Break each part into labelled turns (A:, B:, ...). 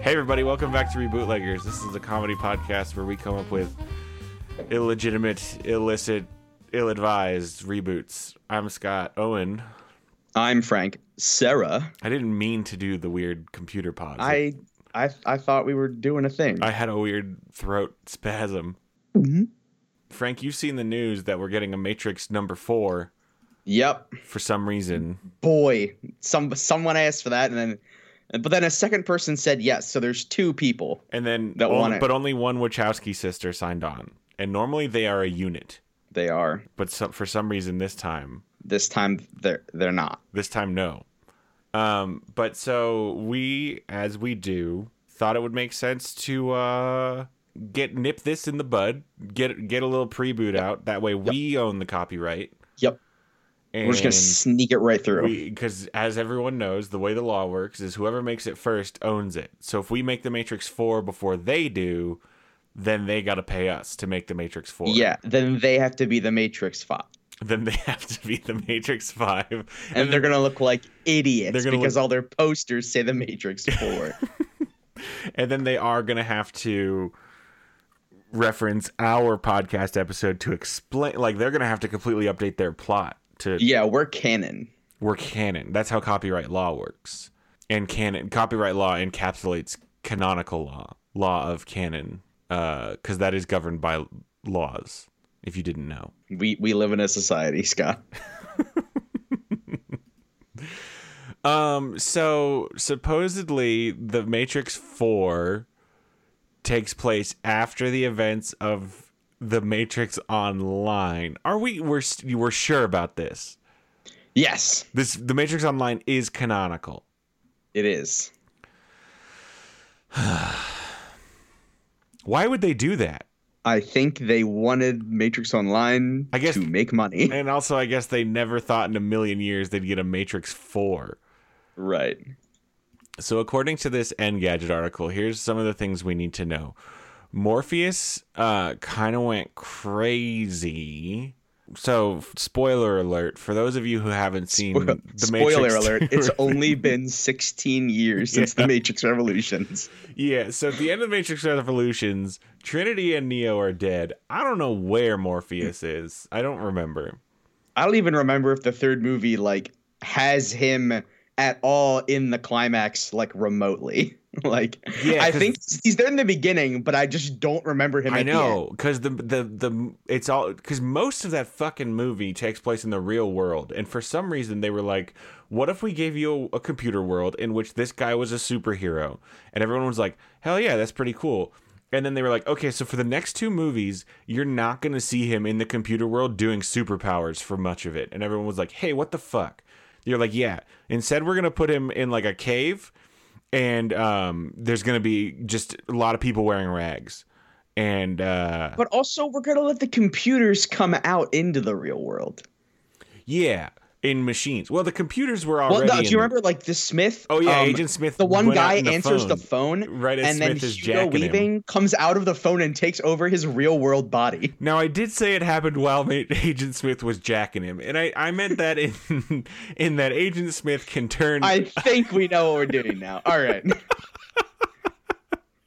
A: Hey, everybody, welcome back to Rebootleggers. This is the comedy podcast where we come up with illegitimate, illicit, ill advised reboots. I'm Scott Owen.
B: I'm Frank. Sarah,
A: I didn't mean to do the weird computer pause.
B: I, I, I thought we were doing a thing.
A: I had a weird throat spasm. Frank, you've seen the news that we're getting a Matrix number four
B: yep,
A: for some reason.
B: boy. Some someone asked for that, and then, but then a second person said yes. So there's two people.
A: And then,
B: That
A: on-
B: won it.
A: but only one Wachowski sister signed on. And normally they are a unit.
B: They are
A: But some, for some reason this time,
B: this time. They're they're not.
A: This time, no. Um, but so we, as we do, thought it would make sense to uh, get nip this in the bud, get get a little pre-boot out. That way, we own the copyright.
B: Yep.
A: And
B: We're just gonna sneak it right through.
A: because as everyone knows, the way the law works is whoever makes it first owns it. So if we make the Matrix Four before they do, then they got to pay us to make the Matrix Four.
B: yeah. Then they have to be the Matrix Five,
A: Then they have to be the Matrix Five, and,
B: and, they're gonna look like idiots
A: gonna
B: because
A: look-
B: all their posters say the Matrix Four.
A: and then they are going to have to reference our podcast episode to explain like they're going to have to completely update their plot to
B: yeah, we're canon.
A: work canon that's how copyright law works and canon copyright law encapsulates canonical law law of canon because that is governed by laws if you didn't know
B: We we live in a society, Scott.
A: Um. So supposedly, the Matrix Four takes place after the events of the Matrix Online. Are we? We're s- we're sure about this.
B: Yes,
A: This the Matrix Online is canonical.
B: it is.
A: Why would they do that?
B: I think they wanted Matrix Online
A: I guess-
B: to make money.
A: And also, I guess they never thought in a million years they'd get a Matrix Four.
B: Right.
A: So, according to this Engadget article, here's some of the things we need to know. Morpheus uh, kind of went crazy. So, f- spoiler alert for those of you who haven't seen
B: Spoil-
A: the
B: Spoiler
A: Matrix.
B: alert, it's only been 16 years since the Matrix Revolutions.
A: yeah. So, at the end of the Matrix Revolutions, Trinity and Neo are dead. I don't know where Morpheus is. I don't remember.
B: I don't even remember if the third movie like has him at all in the climax like remotely. like
A: Yeah,
B: I
A: 'cause-
B: think he's there in the beginning, but I just don't remember him
A: I
B: at the end.
A: know because the the the it's all because most of that fucking movie takes place in the real world, and for some reason they were like, "What if we gave you a, a computer world in which this guy was a superhero?" And everyone was like, "Hell yeah, that's pretty cool." And then they were like, "Okay, so for the next two movies, you're not gonna see him in the computer world doing superpowers for much of it." And everyone was like, "Hey, what the fuck?" You're like, "Yeah." Instead, we're gonna put him in like a cave. And um, there's gonna be just a lot of people wearing rags and uh
B: But also we're going to let the computers come out into the real world.
A: yeah in machines well the computers were
B: Well,
A: already
B: no, do
A: in-
B: you remember like the Smith?
A: oh yeah
B: um,
A: agent smith
B: the one
A: went out
B: guy
A: in the
B: answers
A: phone
B: the phone
A: right as
B: and
A: smith
B: then
A: is
B: Hugo
A: jacking him
B: Weaving comes out of the phone and takes over his real world body.
A: now i did say it happened while Ma- agent smith was jacking him and i i meant that in in that agent smith can turn
B: I think we know what we're doing now. All right.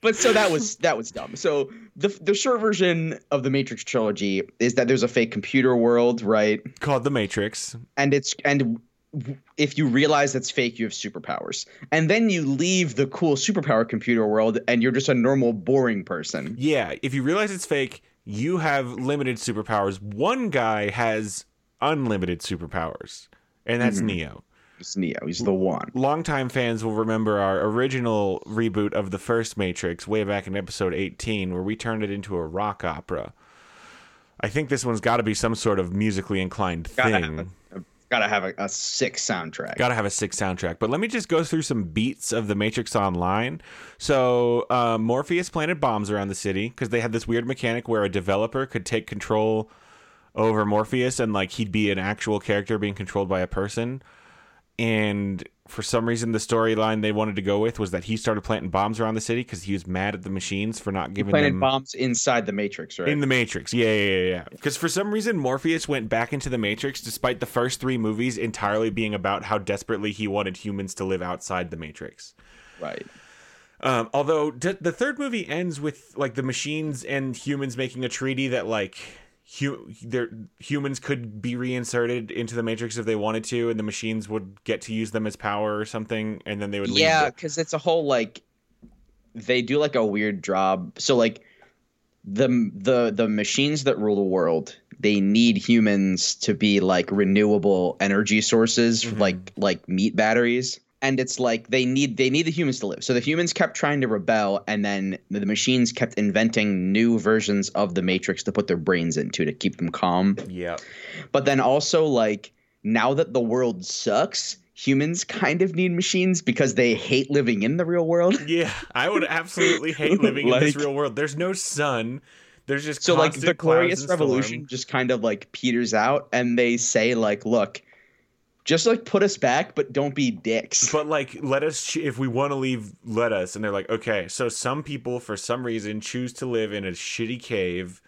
B: but so that was that was dumb. So the the short version of the Matrix trilogy is that there's a fake computer world, right?
A: called the matrix
B: And it's and w- if you realize that's fake, you have superpowers. And then you leave the cool superpower computer world and you're just a normal boring person.
A: yeah if you realize it's fake you have limited superpowers one guy has unlimited superpowers and that's
B: Mm-hmm.
A: neo
B: It's Neo, he's the one.
A: longtime fans will remember our original reboot of the first Matrix way back in episode 18, where we turned it into a rock opera. I think this one's got to be some sort of musically inclined
B: Gotta
A: thing.
B: have a, gotta have a, a sick soundtrack.
A: Got to have a sick soundtrack. But let me just go through some beats of the Matrix Online. So uh, Morpheus planted bombs around the city because they had this weird mechanic where a developer could take control over Morpheus and like he'd be an actual character being controlled by a person. And for some reason, the storyline they wanted to go with was that he started planting bombs around the city because he was mad at the machines for not giving
B: planted
A: them
B: bombs inside the Matrix, right?
A: in the Matrix. Yeah, yeah, yeah, yeah. Because for some reason, Morpheus went back into the Matrix despite the first three movies entirely being about how desperately he wanted humans to live outside the Matrix.
B: right.
A: Um, although d- the third movie ends with like the machines and humans making a treaty that like hu- their humans could be reinserted into the matrix if they wanted to, and the machines would get to use them as power or something, and then they would leave
B: yeah,
A: the-
B: because it's a whole like they do like a weird job. So like the the the machines that rule the world, they need humans to be like renewable energy sources,
A: Mhm.
B: like like meat batteries. And it's like they need they need the humans to live. So the humans kept trying to rebel, and then the machines kept inventing new versions of the Matrix to put their brains into to keep them calm.
A: yeah.
B: But then also like now that the world sucks, humans kind of need machines because they hate living in the real world.
A: Yeah, I would absolutely hate living in this
B: Like-
A: real world. There's no sun. There's just
B: So like
A: constant
B: the
A: clouds
B: glorious
A: and storm.
B: revolution just kind of like peters out and they say like look just like put us back but don't be dicks.
A: But like, let us ch- if we want to leave, let us. And they're like, okay. So some people, for some reason, choose to live in a shitty cave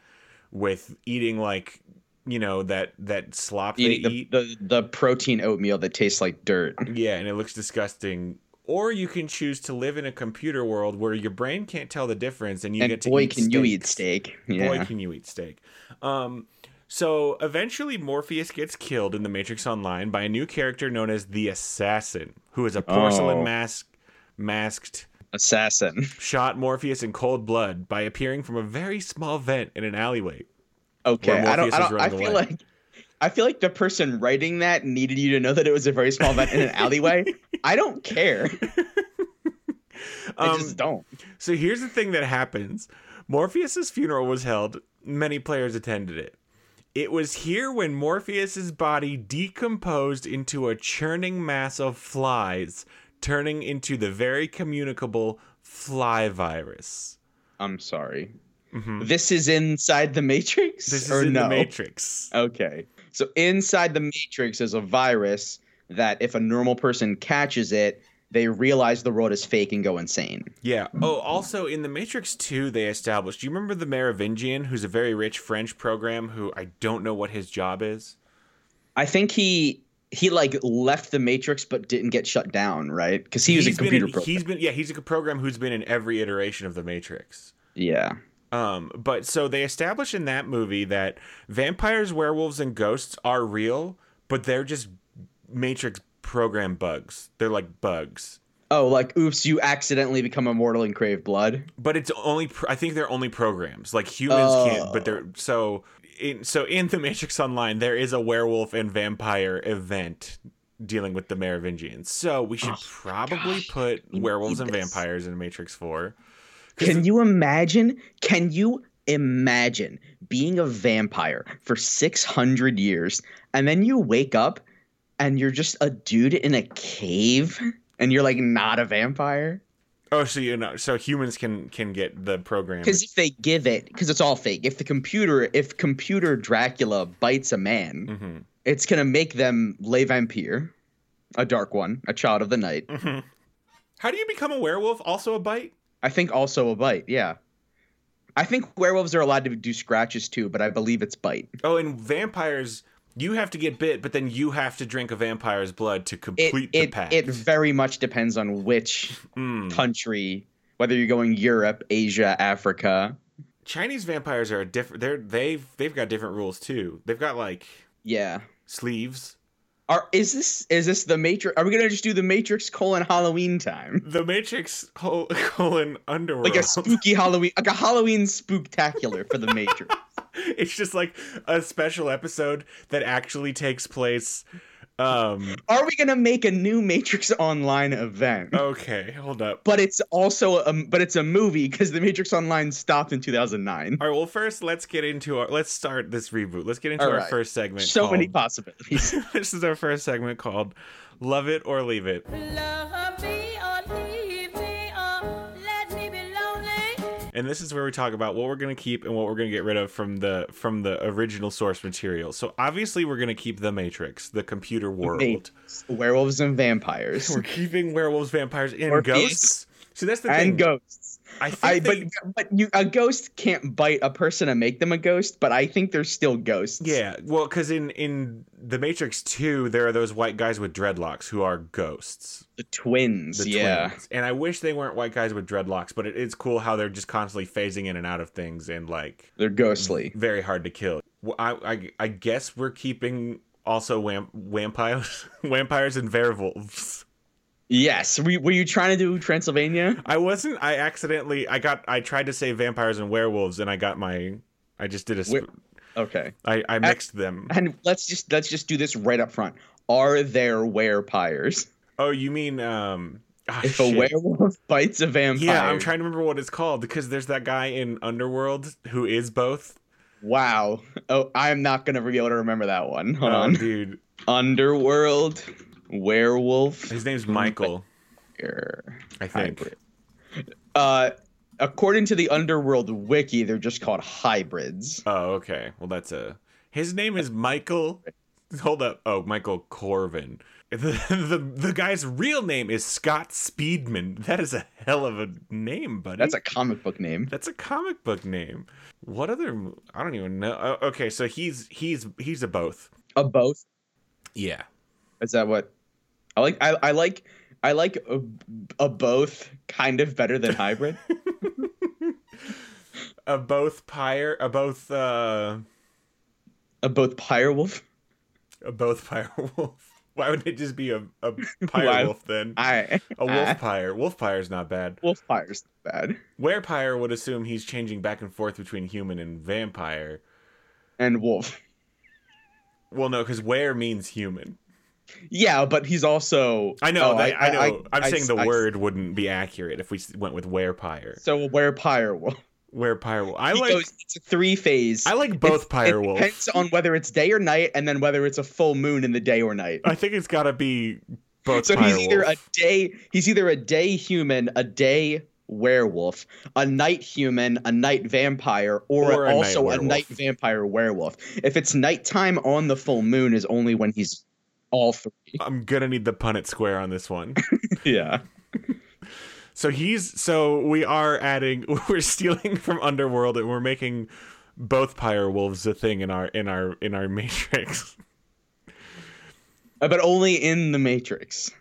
A: with eating like you know that that slop
B: Eating
A: they
B: the,
A: eat.
B: the the protein oatmeal that tastes like dirt.
A: yeah, and it looks disgusting. Or you can choose to live in a computer world where your brain can't tell the difference, and you
B: and
A: get to
B: boy
A: eat
B: can you eat
A: steaks.
B: steak. Yeah.
A: boy can you eat steak um so eventually morpheus gets killed in the matrix online by a new character known as the assassin who is a porcelain
B: Oh.
A: mask masked
B: Assassin.
A: shot morpheus in cold blood by appearing from a very small vent in an alleyway
B: Okay. I don't
A: Morpheus
B: I,
A: is
B: don't, I
A: running
B: feel
A: away.
B: like I feel like the person writing that needed you to know that it was a very small vent in an alleyway. I don't care. I
A: um,
B: just don't.
A: so here's the thing that happens morpheus's funeral was held many players attended it it was here when Morpheus's body decomposed into a churning mass of flies, turning into the very communicable fly virus.
B: I'm sorry.
A: Mhm.
B: This is inside the Matrix?
A: This is
B: or
A: in
B: no?
A: the Matrix.
B: Okay. So inside the Matrix is a virus that if a normal person catches it, they realize the world is fake and go insane.
A: Yeah. Oh, also in the Matrix 2, they established. Do you remember the Merovingian, who's a very rich French program who I don't know what his job is?
B: I think he he like left the Matrix but didn't get shut down, right? Because he was a
A: He's been
B: computer
A: in-
B: program.
A: He's been, yeah, he's a program who's been in every iteration of the Matrix.
B: Yeah.
A: Um, but so they establish in that movie that vampires, werewolves, and ghosts are real, but they're just Matrix program bugs. They're like bugs.
B: Oh, like oops, you accidentally become immortal and crave blood.
A: But it's only pr- I think they're only programs. Like humans can't, but
B: Oh.
A: they're so in so in the Matrix Online there is a werewolf and vampire event dealing with the Merovingians. So we should probably put
B: Oh we
A: werewolves
B: need
A: and
B: this.
A: vampires in Matrix 4. 'Cause
B: Can you imagine? Can you imagine being a vampire for 600 years and then you wake up and you're just a dude in a cave and you're like not a vampire?
A: Oh, so you know so humans can can get the program.
B: Because if they give it, because it's all fake, if the computer, if computer Dracula bites a man,
A: Mhm.
B: it's going to make them Le Vampire, a dark one, a child of the night.
A: Mhm. How do you become a werewolf? Also a bite?
B: I think also a bite, yeah. I think werewolves are allowed to do scratches too, but I believe it's bite.
A: Oh, and vampires, you have to get bit, but then you have to drink a vampire's blood to complete
B: it,
A: the
B: it,
A: pact.
B: it very much depends on which
A: Mm.
B: country whether you're going europe asia africa
A: Chinese vampires are different. They're they've they've got different rules too. They've got like
B: yeah
A: sleeves.
B: are is this is this the matrix are we gonna just do the matrix colon halloween time
A: The Matrix hol- colon underworld.
B: like a spooky halloween like a halloween spooktacular for the matrix
A: it's just like a special episode that actually takes place. Um.
B: are we gonna make a new matrix online event
A: Oh. Okay, hold up.
B: but it's also a um, but it's a movie because the matrix online stopped in 2009
A: All right. Well, first, let's get into our. Let's start this reboot. Let's get into
B: All
A: our
B: right.
A: first segment.
B: so many
A: called-
B: possibilities
A: this is our first segment called Love It or Leave It.
C: Love me or leave me or let me be lonely.
A: And this is where we talk about what we're going to keep and what we're going to get rid of from the from the original source material. So obviously we're going to keep the Matrix, the computer world.
B: Matrix, werewolves and vampires
A: We're keeping werewolves, vampires and
B: Morpheus.
A: ghosts. So that's the
B: and
A: thing.
B: ghosts.
A: I think
B: I, but
A: they-
B: but you a ghost can't bite a person and make them a ghost, but I think they're still ghosts.
A: yeah, well, because in in The Matrix Two, there are those white guys with dreadlocks who are ghosts.
B: the twins.
A: the
B: yeah,
A: twins. And I wish they weren't white guys with dreadlocks, but it, it's cool how they're just constantly phasing in and out of things and like
B: they're ghostly.
A: very hard to kill. Well, I I, I guess we're keeping also wamp- vampires, vampires and werewolves.
B: Yes, were, were you trying to do Transylvania?
A: I wasn't. I accidentally. I got. I tried to say vampires and werewolves, and I got my. I just did a. Sp-
B: Wi- Okay,
A: I I mixed them.
B: and let's just let's just do this right up front. Are there werepires?
A: Oh, you mean um. ah,
B: If
A: shit.
B: a werewolf bites a vampire,
A: Yeah, I'm trying to remember what it's called because there's that guy in Underworld who is both.
B: Wow. Oh, I'm not gonna be able to remember that one. Hold
A: Oh,
B: on.
A: dude.
B: Underworld, werewolf.
A: His name's Michael,
B: here.
A: I think.
B: Hybrid. Uh, according to the Underworld wiki, they're just called hybrids.
A: Oh, okay. Well, that's a. His name is Michael. Hold up. Oh, Michael Corvin. The, the the guy's real name is Scott Speedman. That is a hell of a name, buddy.
B: That's a comic book name.
A: that's a comic book name. What other? mo- I don't even know. Oh, okay, so he's he's he's a both.
B: A both.
A: Yeah.
B: Is that what? I like. I, I like. I like a, a both kind of better than hybrid.
A: A both pyre. A both. uh
B: a both pyrewolf.
A: A both pyre wolf. Why would it just be a a
B: Why-
A: pyre wolf then?
B: I
A: A
B: I-
A: wolf pyre. Wolf pyre's not bad.
B: wolf pyre's not bad.
A: Werepire would assume he's changing back and forth between human and vampire.
B: And wolf.
A: Well, no, because were means human.
B: Yeah, but he's also.
A: I know.
B: oh,
A: that, I, know. I, am saying the
B: I-
A: word wouldn't be accurate if we s- went with werepire.
B: So where pyrewolf?
A: Werepire. I
B: He
A: like.
B: goes- it's a three phase.
A: I like both
B: It
A: pyre wolf.
B: depends on whether it's day or night, and then whether it's a full moon in the day or night.
A: I think it's got to be both.
B: so he's either a
A: Pyrewolf.
B: day he's either a day human, a day werewolf, a night human, a night vampire, or,
A: Or a night
B: also a
A: werewolf.
B: night vampire werewolf. If it's nighttime on the full moon, is only when he's all three.
A: I'm gonna need the Punnett square on this one.
B: Yeah.
A: so he's. So we are adding. We're stealing from Underworld, and we're making both pyre wolves a thing in our in our in our matrix.
B: Uh, But only in the Matrix.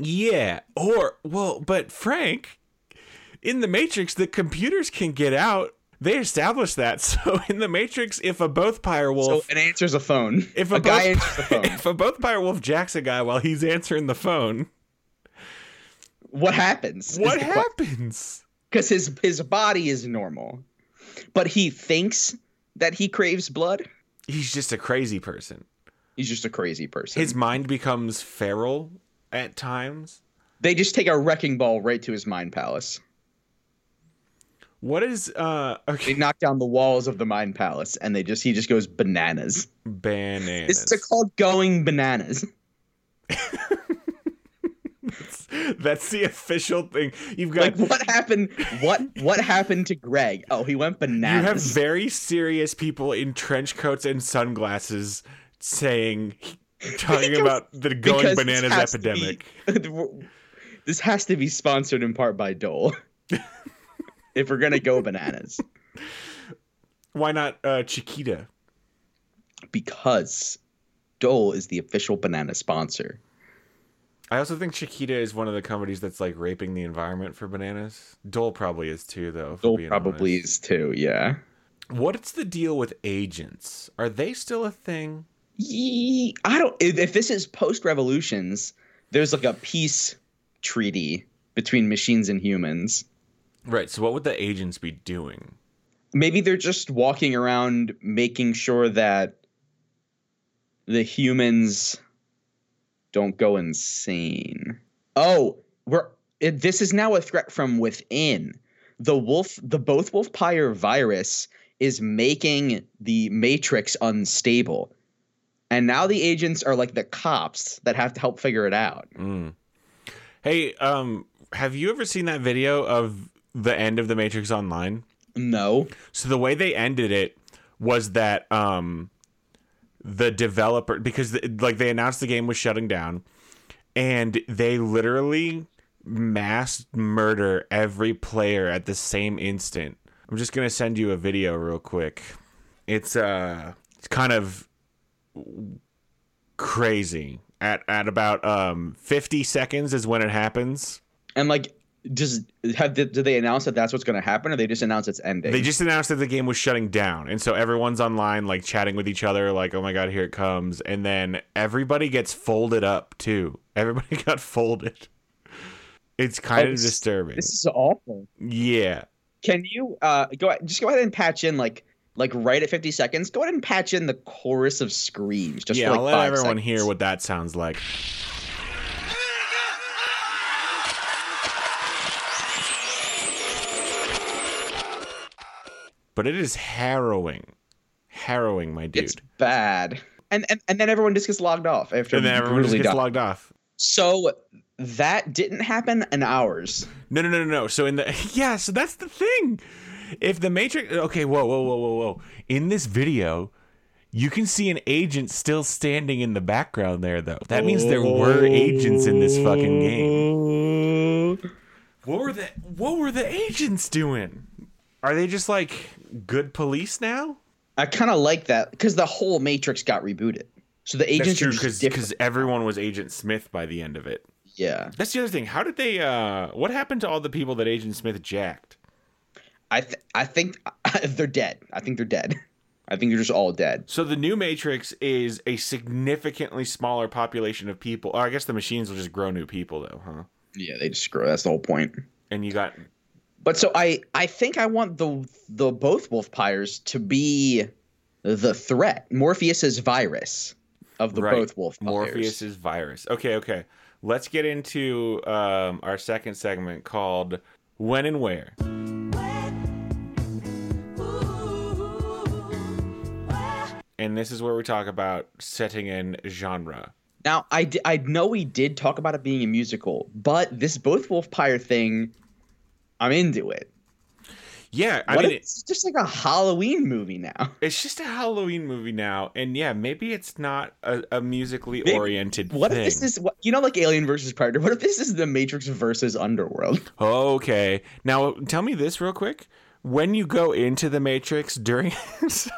A: Yeah, or well, but Frank, in the Matrix, the computers can get out. They established that. So in the Matrix, if a both pyre wolf,
B: so it answers a phone.
A: if
B: a,
A: a,
B: guy
A: both,
B: answers the phone,
A: if a both pyre wolf jacks a guy while he's answering the phone,
B: what happens? is
A: what
B: the que-
A: happens?
B: because his his body is normal, but he thinks that he craves blood.
A: He's just a crazy person.
B: He's just a crazy person.
A: His mind becomes feral at times.
B: they just take a wrecking ball right to his mind palace.
A: What is uh
B: They
A: okay
B: knock down the walls of the mind palace, and they just he just goes bananas.
A: bananas?
B: This is called going bananas.
A: That's the official thing. You've got
B: Like what happened? What what happened to Greg? Oh, he went
A: You have
B: bananas.
A: very serious people in trench coats and sunglasses saying, talking
B: Because-
A: about the going
B: because this
A: bananas
B: has to be-
A: epidemic.
B: this has to be sponsored in part by Dole. if we're gonna go bananas,
A: Why not uh, Chiquita?
B: because Dole is the official banana sponsor.
A: I also think Chiquita is one of the companies that's like raping the environment for bananas. Dole probably is too, though. if we're
B: Dole
A: being
B: probably
A: honest.
B: is too. Yeah.
A: What's the deal with agents? Are they still a thing?
B: Ye- I don't. If, if this is post revolutions, there's like a peace treaty between machines and humans.
A: Right. So, what would the agents be doing?
B: Maybe they're just walking around making sure that the humans don't go insane. Oh, we're it, this is now a threat from within. The wolf, the both wolf pyre virus is making the matrix unstable. And now the agents are like the cops that have to help figure it out.
A: Mm. Hey, um, have you ever seen that video of the end of The Matrix Online?
B: No.
A: So the way they ended it was that um the developer because like they announced the game was shutting down and they literally mass murder every player at the same instant. I'm just gonna send you a video real quick. It's uh, it's kind of crazy. At at about um 50 seconds is when it happens.
B: And like, does have the, do they announce that that's what's going to happen, or they just announce it's ending?
A: They just announced that the game was shutting down, and so everyone's online, like chatting with each other, like "Oh my god, here it comes!" And then everybody gets folded up too. Everybody got folded. It's kind
B: Oh,
A: of
B: this-
A: disturbing.
B: this is awful.
A: yeah,
B: Can you uh go just go ahead and patch in like like right at 50 seconds? Go ahead and patch in the chorus of screams. Just
A: yeah.
B: for, like
A: I'll let
B: five
A: everyone hear
B: seconds.
A: what that sounds like. But it is harrowing, harrowing, my dude.
B: It's bad. And, and and then everyone just gets logged off after
A: and then everyone just
B: brutally
A: gets
B: done.
A: logged off.
B: So that didn't happen in ours.
A: No, no, no, no, no. So in the yeah, so that's the thing. If the Matrix, okay, whoa, whoa, whoa, whoa, whoa. In this video, you can see an agent still standing in the background there, though. That means there were agents in this fucking game. What were the What were the agents doing? Are they just like good police now?
B: I kind of like that because the whole Matrix got rebooted. So the agents are just different.
A: because everyone was Agent Smith by the end of it.
B: Yeah,
A: That's the other thing. How did they? uh What happened to all the people that Agent Smith jacked?
B: I th- I think they're dead. I think they're dead. I think they're just all dead.
A: So the new Matrix is a significantly smaller population of people. Or I guess the machines will just grow new people though, huh?
B: Yeah, they just screw. That's the whole point.
A: And you got
B: But so I I think I want the the both Wolfpires to be the threat. Morpheus's virus of the
A: Right.
B: both Wolfpires.
A: Morpheus's virus. Okay, okay. Let's get into um, our second segment called When and Where. And this is where we talk about setting in genre.
B: Now I di- I know we did talk about it being a musical, but this both Wolfpire thing, I'm into it.
A: Yeah, I
B: What
A: mean,
B: if it's just like a Halloween movie now.
A: it's just a Halloween movie now, and yeah, maybe it's not a, a musically
B: Maybe-
A: oriented
B: What
A: thing.
B: if this is what you know like Alien versus Predator? What if this is the Matrix versus Underworld?
A: Okay. Now tell me this real quick. When you go into the Matrix during so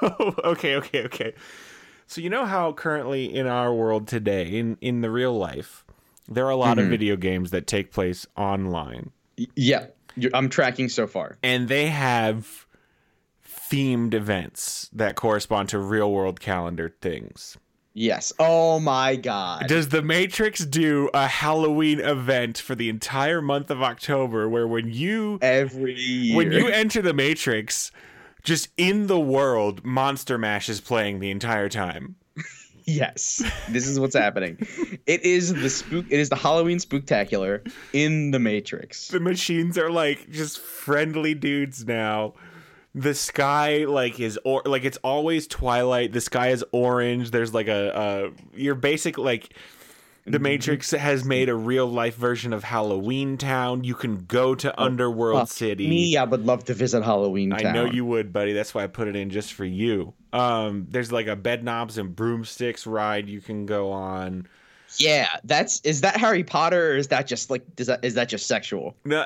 A: okay, okay, okay. So you know how currently in our world today, in in the real life, there are a lot of video games that take place online.
B: Y- Yeah, you're, I'm tracking so far.
A: And they have themed events that correspond to real world calendar things.
B: Yes. Oh my god.
A: Does the Matrix do a Halloween event for the entire month of October where when you
B: Every year.
A: when you enter the matrix just in the world monster mash is playing the entire time
B: Yes, this is what's happening. It is the spook. It is the Halloween spooktacular in the Matrix.
A: the machines are like just friendly dudes now the sky like is or like it's always twilight the sky is orange there's like a uh your basic like the
B: Mm-hmm.
A: matrix has made a real life version of halloween town you can go to underworld
B: fuck
A: city
B: Me, I would love to visit Halloween Town.
A: I know you would, buddy. That's why I put it in just for you. Um, there's like a bed knobs and broomsticks ride you can go on.
B: Yeah, that's is that Harry Potter or is that just like does that is that just sexual?
A: No,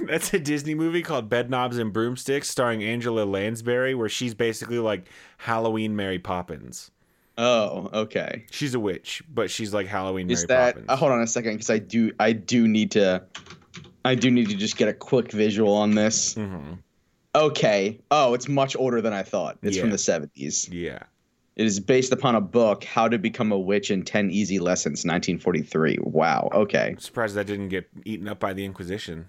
A: that's a Disney movie called Bed Knobs and Broomsticks, starring Angela Lansbury, where she's basically like Halloween Mary Poppins.
B: Oh, okay.
A: She's a witch, but she's like Halloween
B: Is
A: Mary
B: that
A: Poppins.
B: uh, hold on a second because I do I do need to I do need to just get a quick visual on this.
A: hmm
B: Okay. Oh, it's much older than I thought. It's from
A: Yeah.
B: the 70s.
A: Yeah.
B: It is based upon a book, How to Become a Witch in 10 Easy Lessons, 1943. Wow. Okay.
A: I'm surprised that didn't get eaten up by the Inquisition.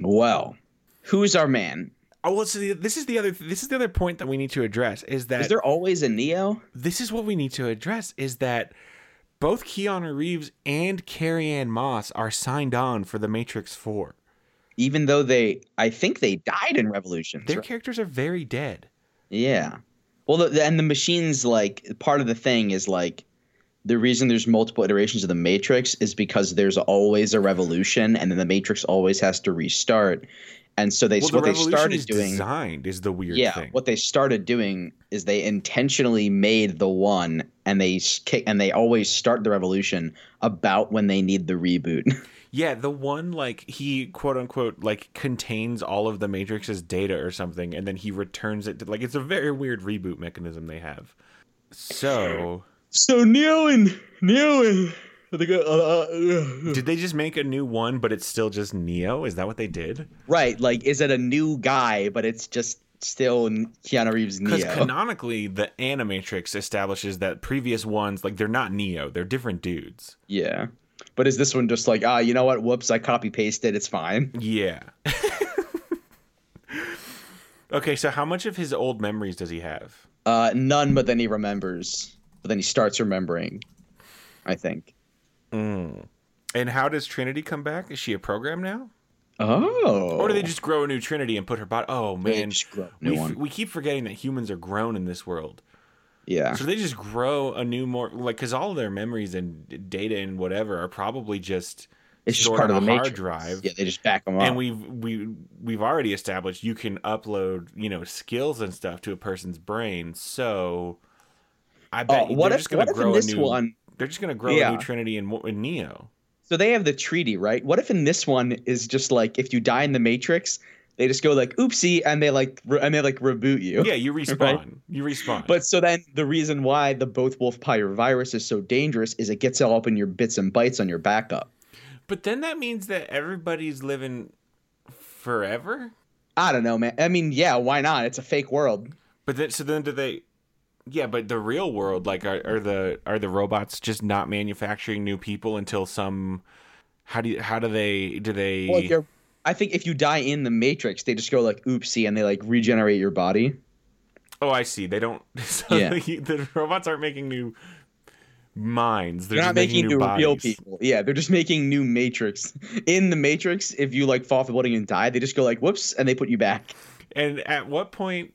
B: Well, who's our man?
A: Oh well, so the, this is the other this is the other point that we need to address is that
B: Is there always a Neo?
A: this is what we need to address is that both Keanu Reeves and Carrie Ann Moss are signed on for The Matrix 4.
B: Even though they, I think they died in Revolutions.
A: Their
B: right?
A: characters are very dead.
B: Yeah. Well, the, and the machines, like, part of the thing is like, the reason there's multiple iterations of the Matrix is because there's always a revolution, and then the Matrix always has to restart. And so they
A: well, the
B: what they
A: revolution
B: started
A: is
B: doing
A: designed is the weird
B: yeah,
A: thing.
B: what they started doing is they intentionally made the one, and they s- kick, and they always start the revolution about when they need the reboot.
A: Yeah, the one like he quote unquote like contains all of the Matrix's data or something, and then he returns it to like it's a very weird reboot mechanism they have. So
B: so Neo and Neo and they go, uh, uh, uh.
A: did they just make a new one, but it's still just Neo? Is that what they did?
B: right, like is it a new guy, but it's just still N- Keanu Reeves Neo.
A: Because canonically, the Animatrix establishes that previous ones like they're not Neo, they're different dudes.
B: yeah. But is this one just like, ah, you know what? Whoops, I copy pasted. It's fine.
A: Yeah. okay, so how much of his old memories does he have?
B: Uh, none, but then he remembers. But then he starts remembering, I think.
A: And how does Trinity come back? Is she a program now?
B: Oh.
A: Or do they just grow a new Trinity and put her body? Oh
B: They
A: man,
B: just grow a new
A: we, f-
B: one.
A: we keep forgetting that humans are grown in this world.
B: Yeah.
A: So they just grow a new more like because all their memories and d- data and whatever are probably just
B: It's just
A: stored
B: part
A: on
B: of the
A: a hard
B: matrix.
A: drive.
B: Yeah, they just back them up.
A: And we've we we've already established you can upload you know skills and stuff to a person's brain. So I bet
B: oh, what
A: they're
B: if,
A: just going
B: what
A: to
B: if in
A: grow a
B: this
A: new.
B: one?
A: They're just going to grow a
B: Yeah.
A: new Trinity and, and Neo.
B: So they have the treaty, right? What if in this one is just like if you die in the Matrix, they just go like oopsie, and they like re- and they like reboot you.
A: Yeah, you respawn. You respawn.
B: But so then the reason why the both wolf pyre virus is so dangerous is it gets all up in your bits and bytes on your backup.
A: But then that means that everybody's living forever.
B: I don't know, man. I mean, yeah, why not? It's a fake world.
A: But then, so then, do they? Yeah, but the real world, like, are, are the are the robots just not manufacturing new people until some? How do you, how do they do they?
B: Well, you're, I think if you die in the Matrix, they just go like oopsie, and they like regenerate your body.
A: oh, I see. They don't. So
B: Yeah.
A: the, the robots aren't making new minds. They're,
B: They're
A: just
B: not making new,
A: bodies.
B: real people. Yeah, they're just making new Matrix. In the Matrix, if you like fall off the building and die, they just go like whoops and they put you back.
A: And at what point?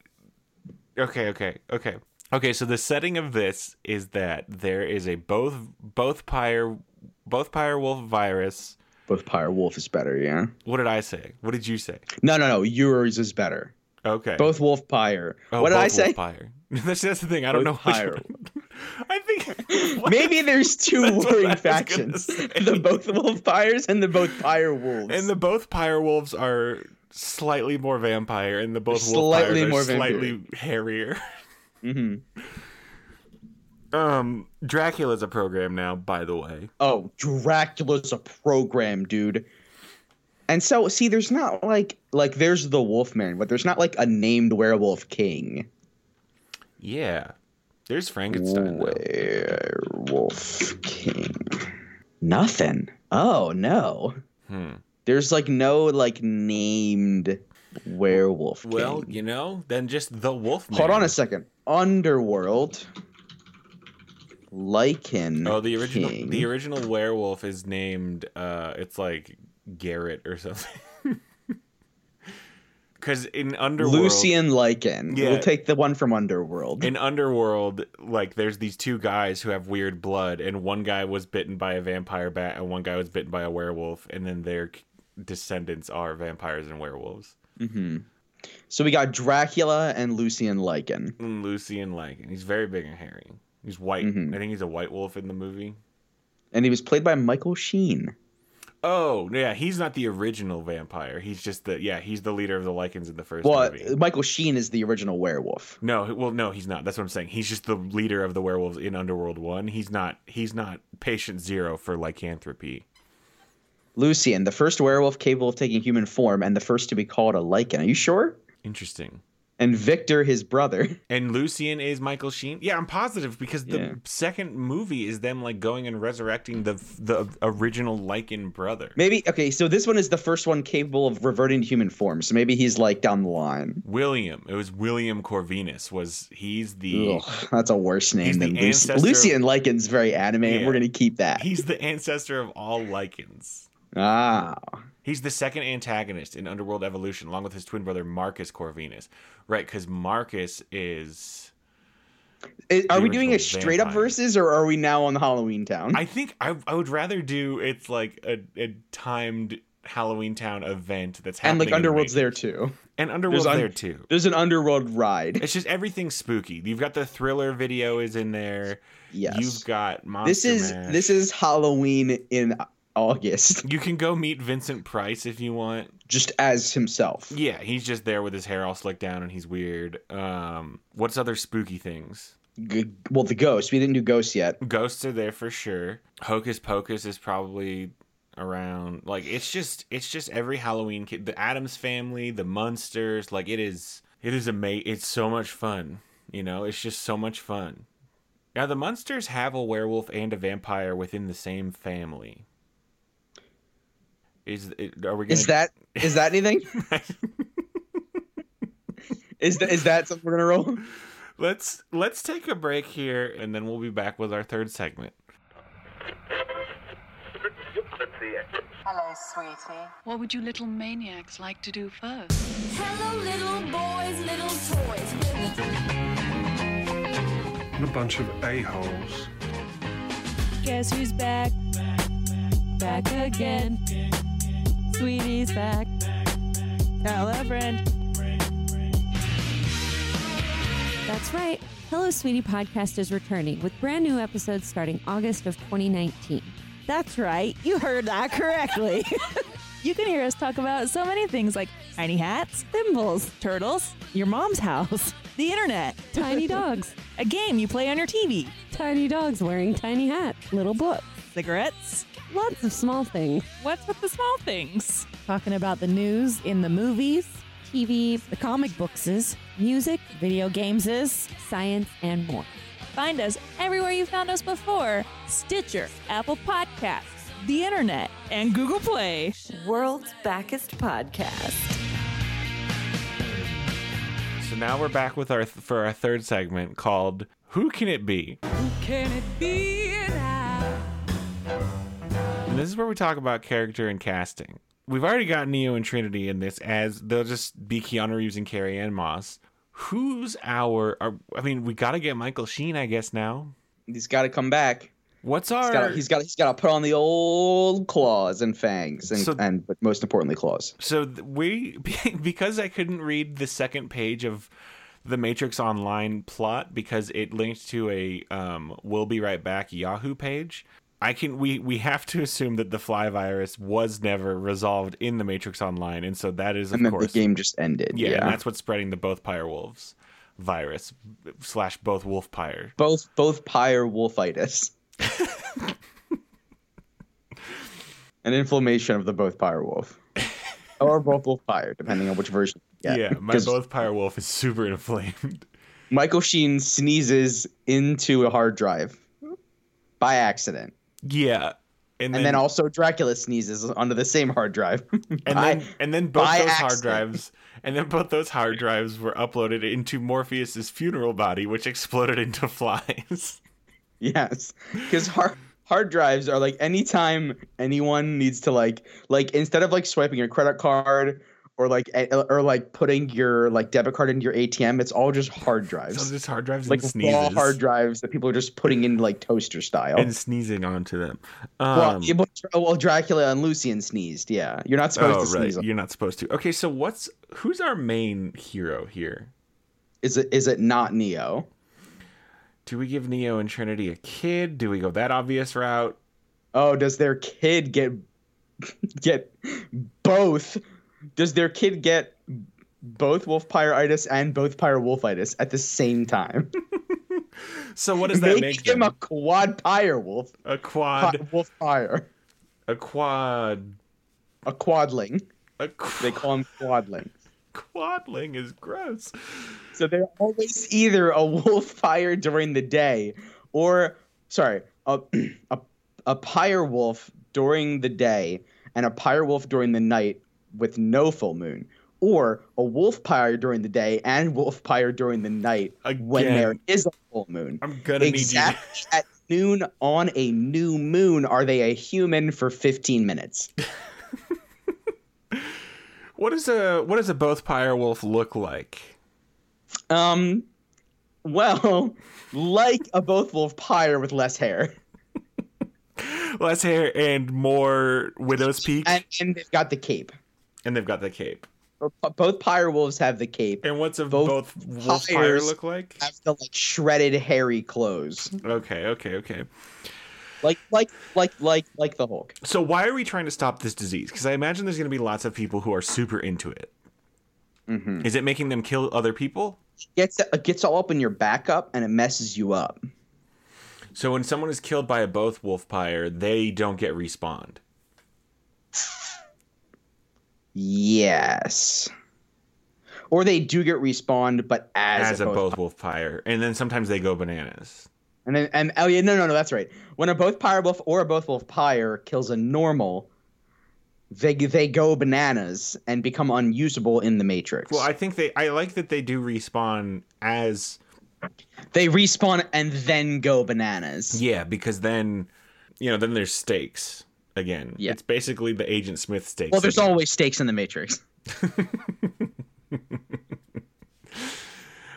A: Okay, okay, okay, okay. So the setting of this is that there is a both both pyre both pyre wolf virus.
B: Both Pyre Wolf is better, yeah.
A: What did I say? What did you say?
B: No, no, no. Yours is better.
A: Okay. Oh,
B: Both Wolf Pyre. what
A: both
B: did I
A: wolf
B: say?
A: Pyre. that's, that's the thing. I don't
B: Both
A: know.
B: pyre.
A: Which one. I think. what?
B: Maybe there's two
A: That's what I was
B: warring
A: gonna
B: factions:
A: say.
B: the both Wolf Pyres and the both Pyre Wolves.
A: And the both pyre wolves are slightly more vampire, and the both wolf pyres
B: Slightly
A: are
B: more
A: slightly hairier.
B: hmm
A: Um, Dracula's a program now, by the way.
B: Oh, Dracula's a program, dude. And so, see, there's not like like there's the Wolfman, but there's not like a named werewolf king.
A: Yeah. There's Frankenstein. though.
B: Werewolf King. Nothing. Oh no.
A: Hmm.
B: There's like no like named werewolf.
A: Well,
B: king.
A: you know, then just the wolf.
B: hold on a second. Underworld. Lycan.
A: Oh, the original
B: King.
A: the original werewolf is named uh it's like Garrett or something. Cuz in Underworld
B: Lucian Lycan.
A: Yeah.
B: We'll take the one from Underworld.
A: in Underworld like there's these two guys who have weird blood and one guy was bitten by a vampire bat and one guy was bitten by a werewolf and then their c- descendants are vampires and werewolves.
B: hmm So we got Dracula and Lucian Lycan.
A: And Lucian like and he's very big and hairy. He's white.
B: Mhm.
A: I think he's a white wolf in the movie.
B: And he was played by Michael Sheen.
A: Oh yeah, he's not the original vampire. He's just the yeah, he's the leader of the Lycans in the first
B: Well,
A: movie.
B: Michael Sheen is the original werewolf.
A: No, well, no, he's not. That's what I'm saying. He's just the leader of the werewolves in Underworld One. He's not. He's not patient zero for lycanthropy.
B: Lucian, the first werewolf capable of taking human form and the first to be called a Lycan. Are you sure?
A: Interesting.
B: And Victor, his brother.
A: And Lucian is Michael Sheen. Yeah, I'm positive because the
B: Yeah.
A: second movie is them like going and resurrecting the the original lycan brother.
B: Maybe, okay, so this one is the first one capable of reverting to human form. So maybe he's like down the line.
A: William. It was William Corvinus. Was he's the
B: Ugh, that's a worse name
A: He's the
B: than Lucian.
A: ancestor of-
B: Lucian Lycan's very anime. and
A: Yeah.
B: We're going to keep that.
A: he's the ancestor of all lycans.
B: ah.
A: He's the second antagonist in Underworld Evolution, along with his twin brother Marcus Corvinus. Right, because Marcus is.
B: I- Are we doing a
A: original
B: straight up
A: vampire.
B: versus or are we now on Halloween Town?
A: I think I, I would rather do it's like a, a timed Halloween Town event that's
B: and
A: happening.
B: like
A: in
B: Underworld's
A: Vegas.
B: there too.
A: and Underworld's
B: un-
A: there too.
B: There's an Underworld ride.
A: It's just everything's spooky. You've got the thriller video is in there.
B: Yes.
A: You've got Monster
B: this is
A: Mash.
B: this is Halloween in August,
A: You can go meet Vincent Price if you want.
B: just as himself.
A: Yeah, he's just there with his hair all slicked down and he's weird. Um, what's other spooky things?
B: G- Well, the ghost. We didn't do ghosts yet.
A: Ghosts are there for sure. Hocus Pocus is probably around. Like it's just it's just every Halloween kid. The Adams Family, the Munsters. Like it is it is amazing. It's so much fun. You know, it's just so much fun. Now the Munsters have a werewolf and a vampire within the same family. Is it- are we? Gonna,
B: Is that is that anything? is that is that something we're gonna roll?
A: Let's let's take a break here and then we'll be back with our third segment.
D: Hello, sweetie.
E: What would you little maniacs like to do first?
C: Hello, little boys, little toys.
F: and a bunch of a-holes.
G: Guess who's back? Back again. Sweetie's back. Tell a friend.
H: That's right. Hello, Sweetie Podcast is returning with brand new episodes starting August of 2019.
G: That's right. You heard that Ah, correctly. you can hear us talk about so many things like tiny hats, thimbles, turtles, your mom's house, the internet,
H: Tiny dogs,
G: a game you play on your TV,
H: tiny dogs wearing tiny hats, little books,
G: cigarettes.
H: lots of small things,
G: What's with the small things? Talking about the news in the movies,
H: TV,
G: the comic books is,
H: music,
G: video games is.
H: science, and more.
G: Find us everywhere you found us before Stitcher, Apple Podcasts, the internet, and Google Play.
I: World's Backest Podcast.
A: So now we're back with our for our third segment called "Who Can It Be?"
G: Can it be
A: And this is where we talk about character and casting. We've already got Neo and Trinity in this as they'll just be Keanu Reeves and Carrie Ann Moss. Who's our? our- I mean, we got to get Michael Sheen, I guess. Now,
B: He's got to come back.
A: what's
B: He's
A: our?
B: got he's got he's got to put on the old claws and fangs and
A: So-
B: and but most importantly claws.
A: so th- we because I couldn't read the second page of the Matrix Online plot because it linked to a um, "We'll be right back" Yahoo page. I can we we have to assume that the fly virus was never resolved in the Matrix Online, and so that is of
B: And then the
A: course
B: game just ended.
A: yeah,
B: Yeah.
A: And that's what's spreading the both pyre wolves virus slash both wolf pyre.
B: both both pyre wolfitis. An inflammation of the both pyre wolf. or both wolf pyre, depending on which version.
A: Yeah,
B: you get.
A: my
B: 'Cause
A: both pyre wolf is super inflamed.
B: Michael Sheen sneezes into a hard drive by accident.
A: yeah. And
B: And,
A: then,
B: then, also Dracula sneezes onto the same hard drive.
A: and
B: by-
A: then and then both
B: by
A: those hard
B: accident.
A: drives and then both those hard drives were uploaded into Morpheus's funeral body, which exploded into flies.
B: Yes, because hard hard drives are like anytime anyone needs to like like instead of like swiping your credit card or like a- or like putting your like debit card into your ATM, it's all just hard
A: so
B: drives.
A: just hard drives
B: Like
A: and sneezes
B: raw hard drives that people are just putting in like toaster style.
A: and sneezing onto them.
B: well,
A: Um,
B: yeah, but- well, Dracula and Lucian sneezed. Yeah, you're not supposed
A: oh
B: to
A: right,
B: sneeze. on-
A: you're not supposed to. Okay, so what's who's our main hero here?
B: Is it is it not Neo?
A: Do we give Neo and Trinity a kid? Do we go that obvious route?
B: Oh, does their kid get get both? Does their kid get both wolf pyreitis and both pyre wolfitis at the same time?
A: So what does that
B: Make,
A: make
B: him
A: them?
B: a quad pyre wolf,
A: A
B: pi-
A: quad,
B: wolf pyre,
A: a quad,
B: a quadling.
A: a qu-
B: They call him quadling.
A: quadling is gross.
B: So they're always either a wolf pyre during the day, or sorry, a a, a pyre wolf during the day and a pyre wolf during the night with no full moon, or a wolf pyre during the day and wolf pyre during the night when
A: Again.
B: there is a full moon.
A: I'm gonna
B: Exactly at noon on a new moon are they a human for 15 minutes?
A: need you. What is a what does a both pyre wolf look like?
B: Um, well, like a both wolf pyre with less hair.
A: less hair and more widow's peak,
B: and, and they've got the cape.
A: and they've got the cape.
B: Both pyre wolves have the cape.
A: And what's a both,
B: Both
A: wolf pyre
B: pyres
A: look like?
B: Have the like shredded hairy clothes,
A: Okay, okay, okay.
B: like like like like like the Hulk.
A: So why are we trying to stop this disease? Because I imagine there's going to be lots of people who are super into it. Is it making them kill other people?
B: Gets it gets all up in your back up and it messes you up.
A: So when someone is killed by a both wolf pyre, they don't get respawned.
B: Yes. Or they do get respawned, but as,
A: as a both wolf pyre, and then sometimes they go bananas.
B: And then and oh yeah, no no no, that's right. When a both pyre wolf or a both wolf pyre kills a normal, they they go bananas and become unusable in the matrix.
A: Well, I think they. I like that they do respawn as
B: they respawn and then go bananas.
A: yeah, because then you know then there's stakes again.
B: Yeah.
A: It's basically the Agent Smith stakes.
B: Well, there's
A: again.
B: always stakes in the matrix.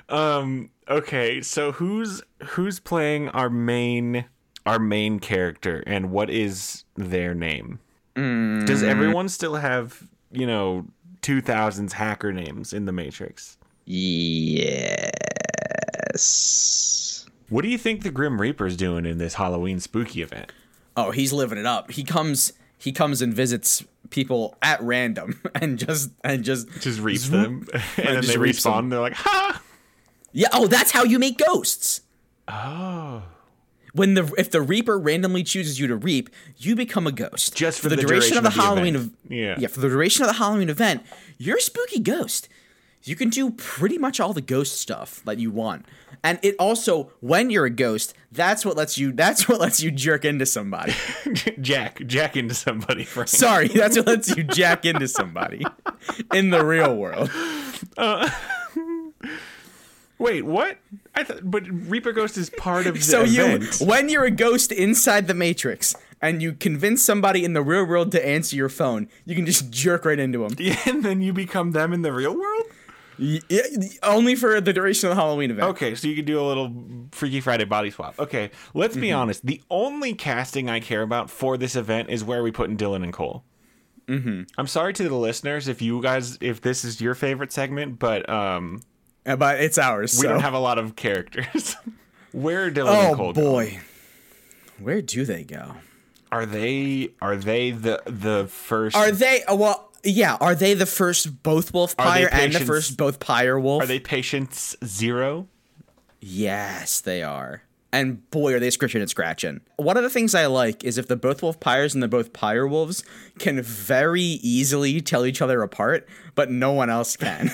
A: Um. Okay. So who's who's playing our main our main character, and what is their name?
B: Mm.
A: Does everyone still have you know two thousands hacker names in the Matrix?
B: Yes.
A: What do you think the Grim Reaper's doing in this Halloween spooky event?
B: Oh, he's living it up. He comes he comes and visits people at random and just and just
A: Just reaps them, and then
B: just
A: they
B: reaps
A: respawn.
B: them.
A: and They're like, ha!
B: Yeah, oh, that's how you make ghosts.
A: Oh,
B: when the if the reaper randomly chooses you to reap, you become a ghost.
A: Just for the duration of the
B: Halloween
A: event. Yeah.
B: yeah, for the duration of the Halloween event, you're a spooky ghost. You can do pretty much all the ghost stuff that you want. And it also when you're a ghost, that's what lets you that's what lets you jerk into somebody.
A: Jack, Jack into somebody. Frank.
B: Sorry, that's what lets you jack into somebody in the real world.
A: Wait, what? I thought, but Reaper Ghost is part of the
B: So
A: event.
B: you when you're a ghost inside the matrix and you convince somebody in the real world to answer your phone, you can just jerk right into them.
A: and then you become them in the real world.
B: Yeah, only for the duration of the Halloween event.
A: Okay, so you could do a little Freaky Friday body swap. Okay, let's
B: Mm-hmm.
A: be honest. The only casting I care about for this event is where we put in Dylan and Cole. Mm-hmm. I'm sorry to the listeners if you guys if this is your favorite segment, but um,
B: Uh, But it's ours.
A: we
B: so.
A: don't have a lot of characters. where are Dylan and Cole?
B: Oh
A: going?
B: boy, where do they go?
A: Are they are they the the first?
B: Are they? Uh, well, yeah. Are they the first both wolf
A: Are they
B: pyre and the
A: patients-
B: first both pyre wolf?
A: Are they patients zero?
B: Yes, they are. And boy, are they scratching and scratching. One of the things I like is if the both wolf pyres and the both pyre wolves can very easily tell each other apart, but no one else can.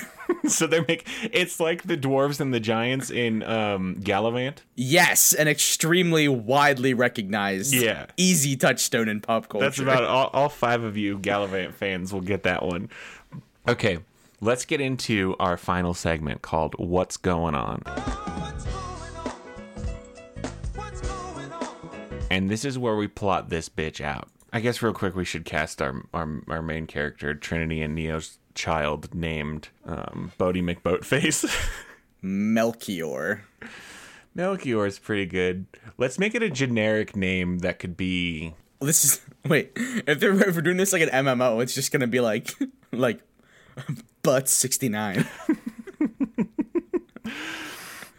A: so they make it's like the dwarves and the giants in um Galavant.
B: yes, an extremely widely recognized,
A: Yeah.
B: easy touchstone in pop culture.
A: That's about all, all five of you Galavant fans will get that one. Okay, let's get into our final segment called "What's Going On," and this is where we plot this bitch out. I guess real quick we should cast our our, our main character Trinity and Neo's child named um, Bodie McBoatface.
B: Melchior.
A: Melchior is pretty good. Let's make it a generic name that could be
B: Well, This is wait. If, they're, if we're doing this like an MMO, it's just gonna be like like butt sixty nine.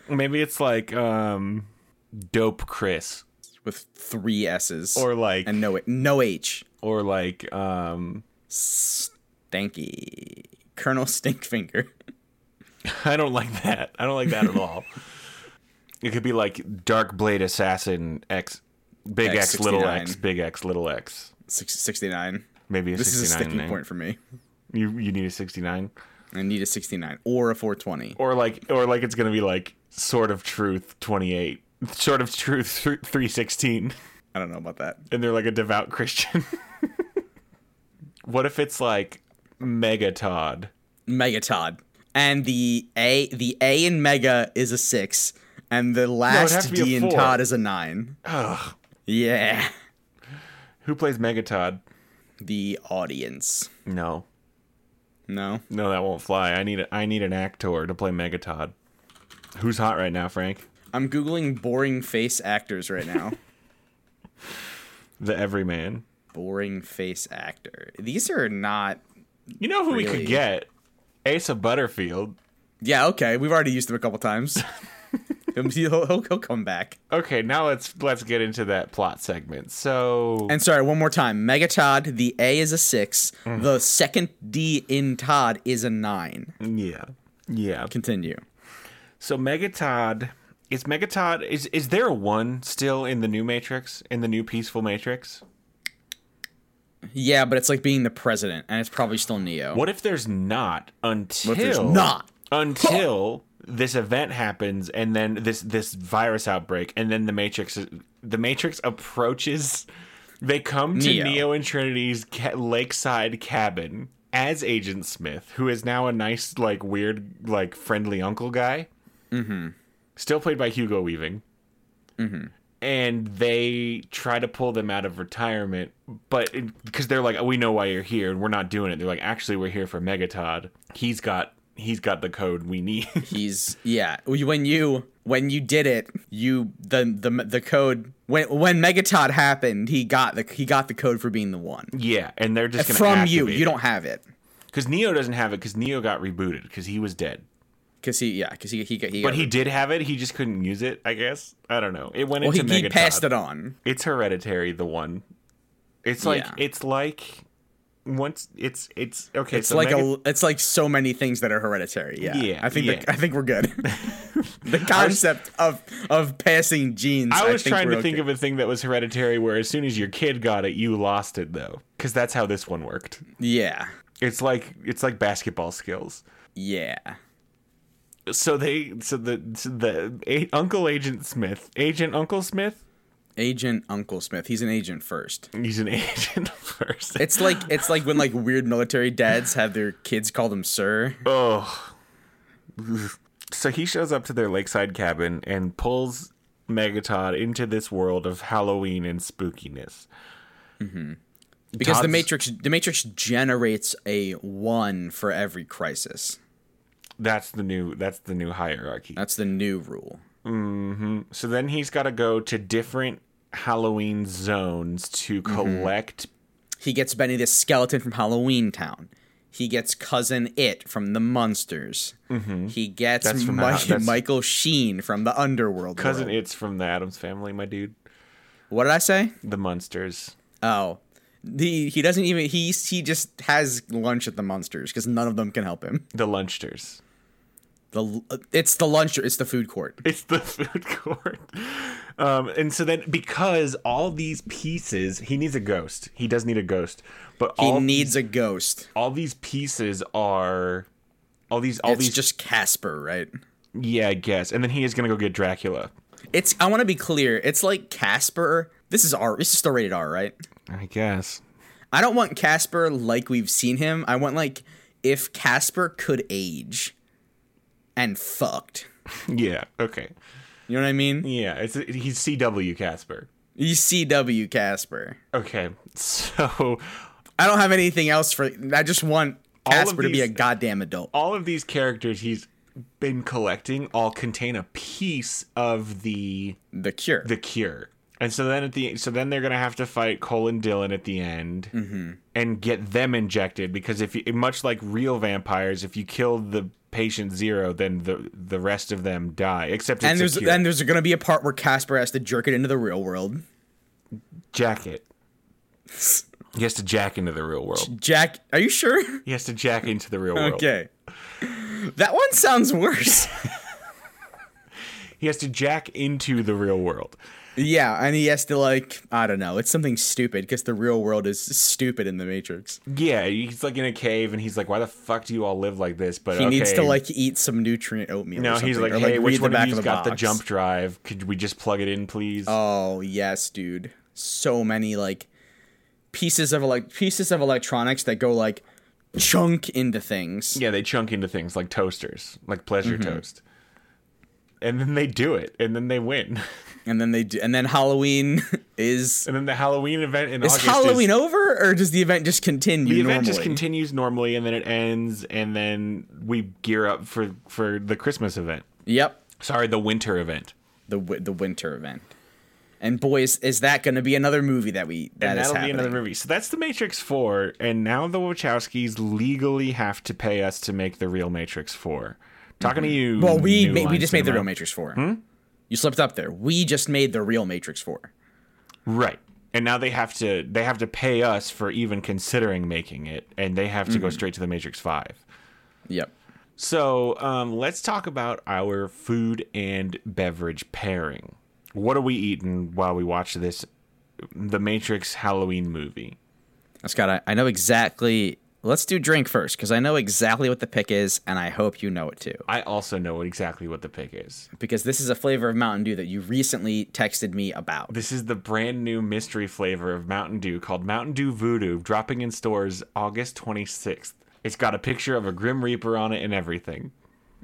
A: maybe it's like um, Dope Chris
B: with three S's
A: or like
B: and no no H.
A: or like um
B: Stanky Colonel Stinkfinger.
A: I don't like that. I don't like that at all. It could be like Dark Blade Assassin X Big X, little X
B: X69.
A: Big X little X.
B: Six, 69.
A: Maybe a
B: This is a
A: 69
B: sticking
A: name.
B: point for me.
A: You you need a 69
B: I need a 69 or a 420.
A: or like or like it's going to be like Sort of Truth 28. Sort of Truth 316
B: I don't know about that.
A: and they're like a devout Christian. what if it's like Mega Todd?
B: Megatod. And the A the A in Mega is a 6 and the
A: it'd have
B: last
A: to be a
B: D in
A: four.
B: Todd is a 9.
A: Ugh.
B: Yeah.
A: Who plays Mega Todd?
B: The audience.
A: No.
B: No.
A: No, that won't fly. I need a, I need an actor to play Megatod. Who's hot right now, Frank?
B: I'm googling boring face actors right now.
A: the everyman.
B: Boring face actor. These are not.
A: You know who we
B: Really?
A: could get? Asa Butterfield.
B: Yeah, okay. We've already used him a couple times. he'll, he'll, he'll come back.
A: Okay, now let's let's get into that plot segment. So
B: And sorry, one more time. Mega Todd, the A is a six. The second D in Todd is a nine.
A: yeah, yeah.
B: Continue.
A: So Megatod is Megatod is is there a one still in the new Matrix in the new peaceful Matrix?
B: Yeah, but it's like being the president, and it's probably still Neo.
A: What if there's not until
B: if there's not?
A: until this event happens and then this this virus outbreak and then the Matrix is- the Matrix approaches they come to
B: Neo.
A: Neo, and Trinity's ca- lakeside cabin as Agent Smith, who is now a nice like weird like friendly uncle guy.
B: Mm-hmm.
A: still played by Hugo Weaving. And they try to pull them out of retirement, but because they're like, we know why you're here, and we're not doing it. They're like, actually, we're here for Megatod. He's got he's got the code we need.
B: He's yeah. When you when you did it, you the the the code when when Megatod happened, he got the he got the code for being the one
A: yeah, and they're just gonna
B: from you. You don't have it
A: because Neo doesn't have it because Neo got rebooted because he was dead.
B: because he yeah because he he got he.
A: But
B: got-
A: he did have it. He just couldn't use it. I guess I don't know. It went
B: well he,
A: into
B: he
A: Megatod.
B: passed it on.
A: it's hereditary the one it's like
B: Yeah.
A: it's like once it's it's okay
B: It's
A: so
B: like
A: Mega-
B: a it's like so many things that are hereditary. Yeah,
A: Yeah,
B: I think
A: yeah.
B: The, I think we're good. the concept of of passing genes.
A: I was
B: think
A: trying
B: we're
A: to think
B: okay.
A: of a thing that was hereditary where as soon as your kid got it you lost it though cuz that's how this one worked
B: yeah,
A: it's like it's like basketball skills
B: yeah.
A: so they so the so the a, uncle agent smith agent uncle smith
B: Agent Uncle Smith. He's an agent first.
A: he's an agent first
B: It's like it's like when like weird military dads have their kids call them sir.
A: Oh. So he shows up to their lakeside cabin and pulls Megatod into this world of Halloween and spookiness.
B: Because the
A: Todd's-
B: Matrix the Matrix generates a one for every crisis.
A: That's the new that's the new hierarchy.
B: That's the new rule.
A: So then he's got to go to different Halloween zones to
B: Mm-hmm.
A: collect
B: He gets Benny the skeleton from Halloween Town. He gets cousin It from the Munsters. He gets
A: Mm-hmm. That's from
B: Mi-
A: the- that's-
B: Michael Sheen from the Underworld.
A: cousin
B: world.
A: it's from the Adams family, my dude.
B: What did I say?
A: The Munsters.
B: Oh, the he doesn't even he he just has lunch at the Munsters because none of them can help him.
A: The Lunchsters.
B: The it's the lunch it's the food court.
A: It's the food court. Um, and so then, because all these pieces, he needs a ghost. He does need a ghost, but
B: He
A: all
B: needs a ghost.
A: all these pieces are all these all
B: It's
A: these
B: just Casper, right?
A: yeah i guess and then he is gonna go get dracula
B: It's I want to be clear. It's like Casper. This is R. This is still rated R, right?
A: i guess
B: I don't want Casper like we've seen him. I want like if Casper could age and fucked.
A: yeah okay
B: You know what I mean?
A: yeah it's he's cw casper
B: You CW Casper.
A: okay so
B: I don't have anything else for. I just want
A: of
B: Casper to be
A: these-
B: a goddamn adult.
A: all of these characters he's been collecting all contain a piece of the
B: The cure.
A: the cure and so then at the so then they're gonna have to fight cole and dylan at the end
B: Mm-hmm.
A: and get them injected because if you much like real vampires if you kill the patient zero then the the rest of them die except it's
B: and there's
A: a cure.
B: and there's gonna be a part where Casper has to jerk it into the real world.
A: jacket he has to jack into the real world
B: Jack, are you sure?
A: he has to jack into the real world
B: Okay. That one sounds worse.
A: he has to jack into the real world
B: Yeah, and he has to like I don't know. It's something stupid because the real world is stupid in the Matrix.
A: yeah he's like in a cave and he's like why the fuck do you all live like this but
B: He needs to
A: okay.
B: like eat some nutrient oatmeal.
A: no,
B: or
A: he's like,
B: something, or,
A: hey,
B: read
A: which
B: the
A: one
B: back
A: of you's
B: the
A: got the
B: box."
A: jump drive? Could we just plug it in, please?
B: Oh yes, dude. So many like pieces of like pieces of electronics that go like chunk into things.
A: Yeah, they chunk into things like toasters, like pleasure
B: Mm-hmm.
A: toast. And then they do it, and then they win.
B: And then they do, and then Halloween is
A: And then the Halloween event in
B: is
A: August
B: Halloween
A: is,
B: over or does the event just continue?
A: the event just
B: normally?
A: continues normally, and then it ends, and then we gear up for for the Christmas event.
B: Yep.
A: Sorry, the winter event.
B: The wi- the winter event. And boy, is, is that going to be another movie that we that
A: and
B: is
A: that'll
B: happening.
A: be another movie. So that's the Matrix Four, and now the Wachowskis legally have to pay us to make the real Matrix Four. Talking to you.
B: Mm-hmm. Well, we
A: New
B: ma- we
A: Line
B: just made the
A: Cinema. Hmm?
B: real Matrix Four. You slipped up there. We just made the real Matrix Four.
A: right, and now they have to they have to pay us for even considering making it, and they have to go straight to the Matrix Five.
B: Yep.
A: So um, let's talk about our food and beverage pairing. What are we eating while we watch this, the Matrix Halloween movie?
B: Scott, I, I know exactly. Let's do drink first because I know exactly what the pick is, and I hope you know it too.
A: I also know exactly what the pick is.
B: Because this is a flavor of Mountain Dew that you recently texted me about.
A: This is the brand new mystery flavor of Mountain Dew called Mountain Dew Voodoo, dropping in stores August 26th. It's got a picture of a Grim Reaper on it and everything.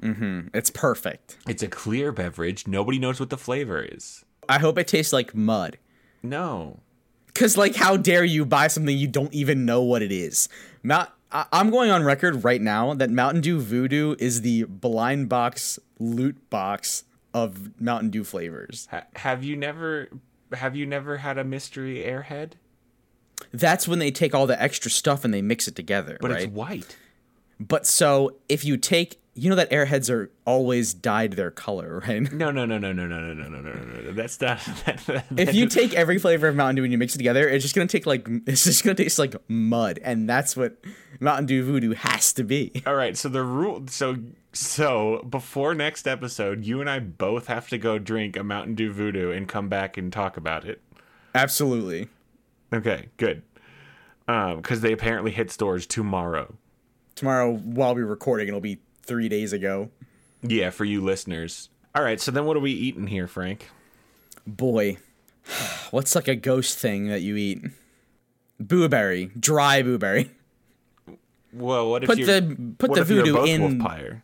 B: It's perfect.
A: It's a clear beverage. Nobody knows what the flavor is.
B: I hope it tastes like mud.
A: No.
B: Because, like, how dare you buy something you don't even know what it is? Mount, I- I'm going on record right now that Mountain Dew Voodoo is the blind box loot box of Mountain Dew flavors.
A: Ha- have you never have you never had a mystery airhead?
B: That's when they take all the extra stuff and they mix it together,
A: But
B: right?
A: it's white.
B: But so if you take, you know that airheads are always dyed their color, right?
A: No, no, no, no, no, no, no, no, no, no, no, no. That's not that, that,
B: If you take every flavor of Mountain Dew and you mix it together, it's just gonna take like it's just gonna taste like mud, and that's what Mountain Dew Voodoo has to be.
A: All right, so the rule so so before next episode, you and I both have to go drink a Mountain Dew Voodoo and come back and talk about it.
B: Absolutely.
A: Okay, good. Because they apparently hit stores tomorrow.
B: Tomorrow, while we're recording, it'll be three days ago.
A: Yeah, for you listeners. All right, so then what are we eating here, Frank?
B: Boy, what's like a ghost thing that you eat? Booberry, dry booberry.
A: Well, what if
B: Put
A: you
B: the- put
A: what
B: the
A: if you're
B: voodoo
A: both
B: in-
A: wolf pyre?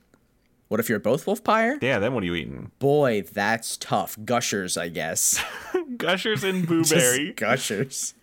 B: What if you're both wolf pyre?
A: Yeah, then what are you eating?
B: Boy, that's tough. Gushers, I guess.
A: Gushers and
B: Just
A: booberry.
B: gushers.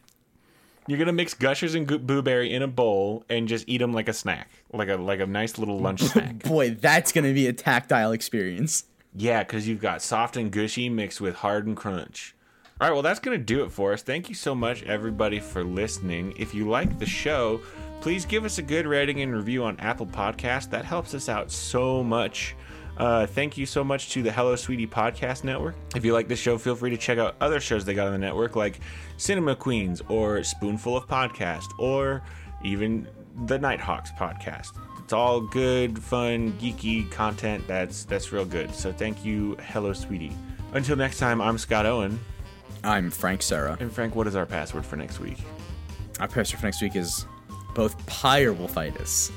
A: You're gonna mix gushers and goo- booberry in a bowl and just eat them like a snack, like a like a nice little lunch snack.
B: boy, that's gonna be a tactile experience.
A: Yeah, because you've got soft and gushy mixed with hard and crunch. All right, well, that's going to do it for us. Thank you so much, everybody, for listening. If you like the show, please give us a good rating and review on Apple Podcast. That helps us out so much. Uh, thank you so much to the Hello Sweetie Podcast Network. If you like this show, feel free to check out other shows they got on the network, like Cinema Queens or Spoonful of Podcast or even the Nighthawks podcast. It's all good, fun, geeky content. That's that's real good. So thank you, hello, sweetie. Until next time, I'm Scott Owen.
B: I'm Frank Sarah.
A: And Frank, what is our password for next week?
B: Our poster for next week is both pyre will fight us.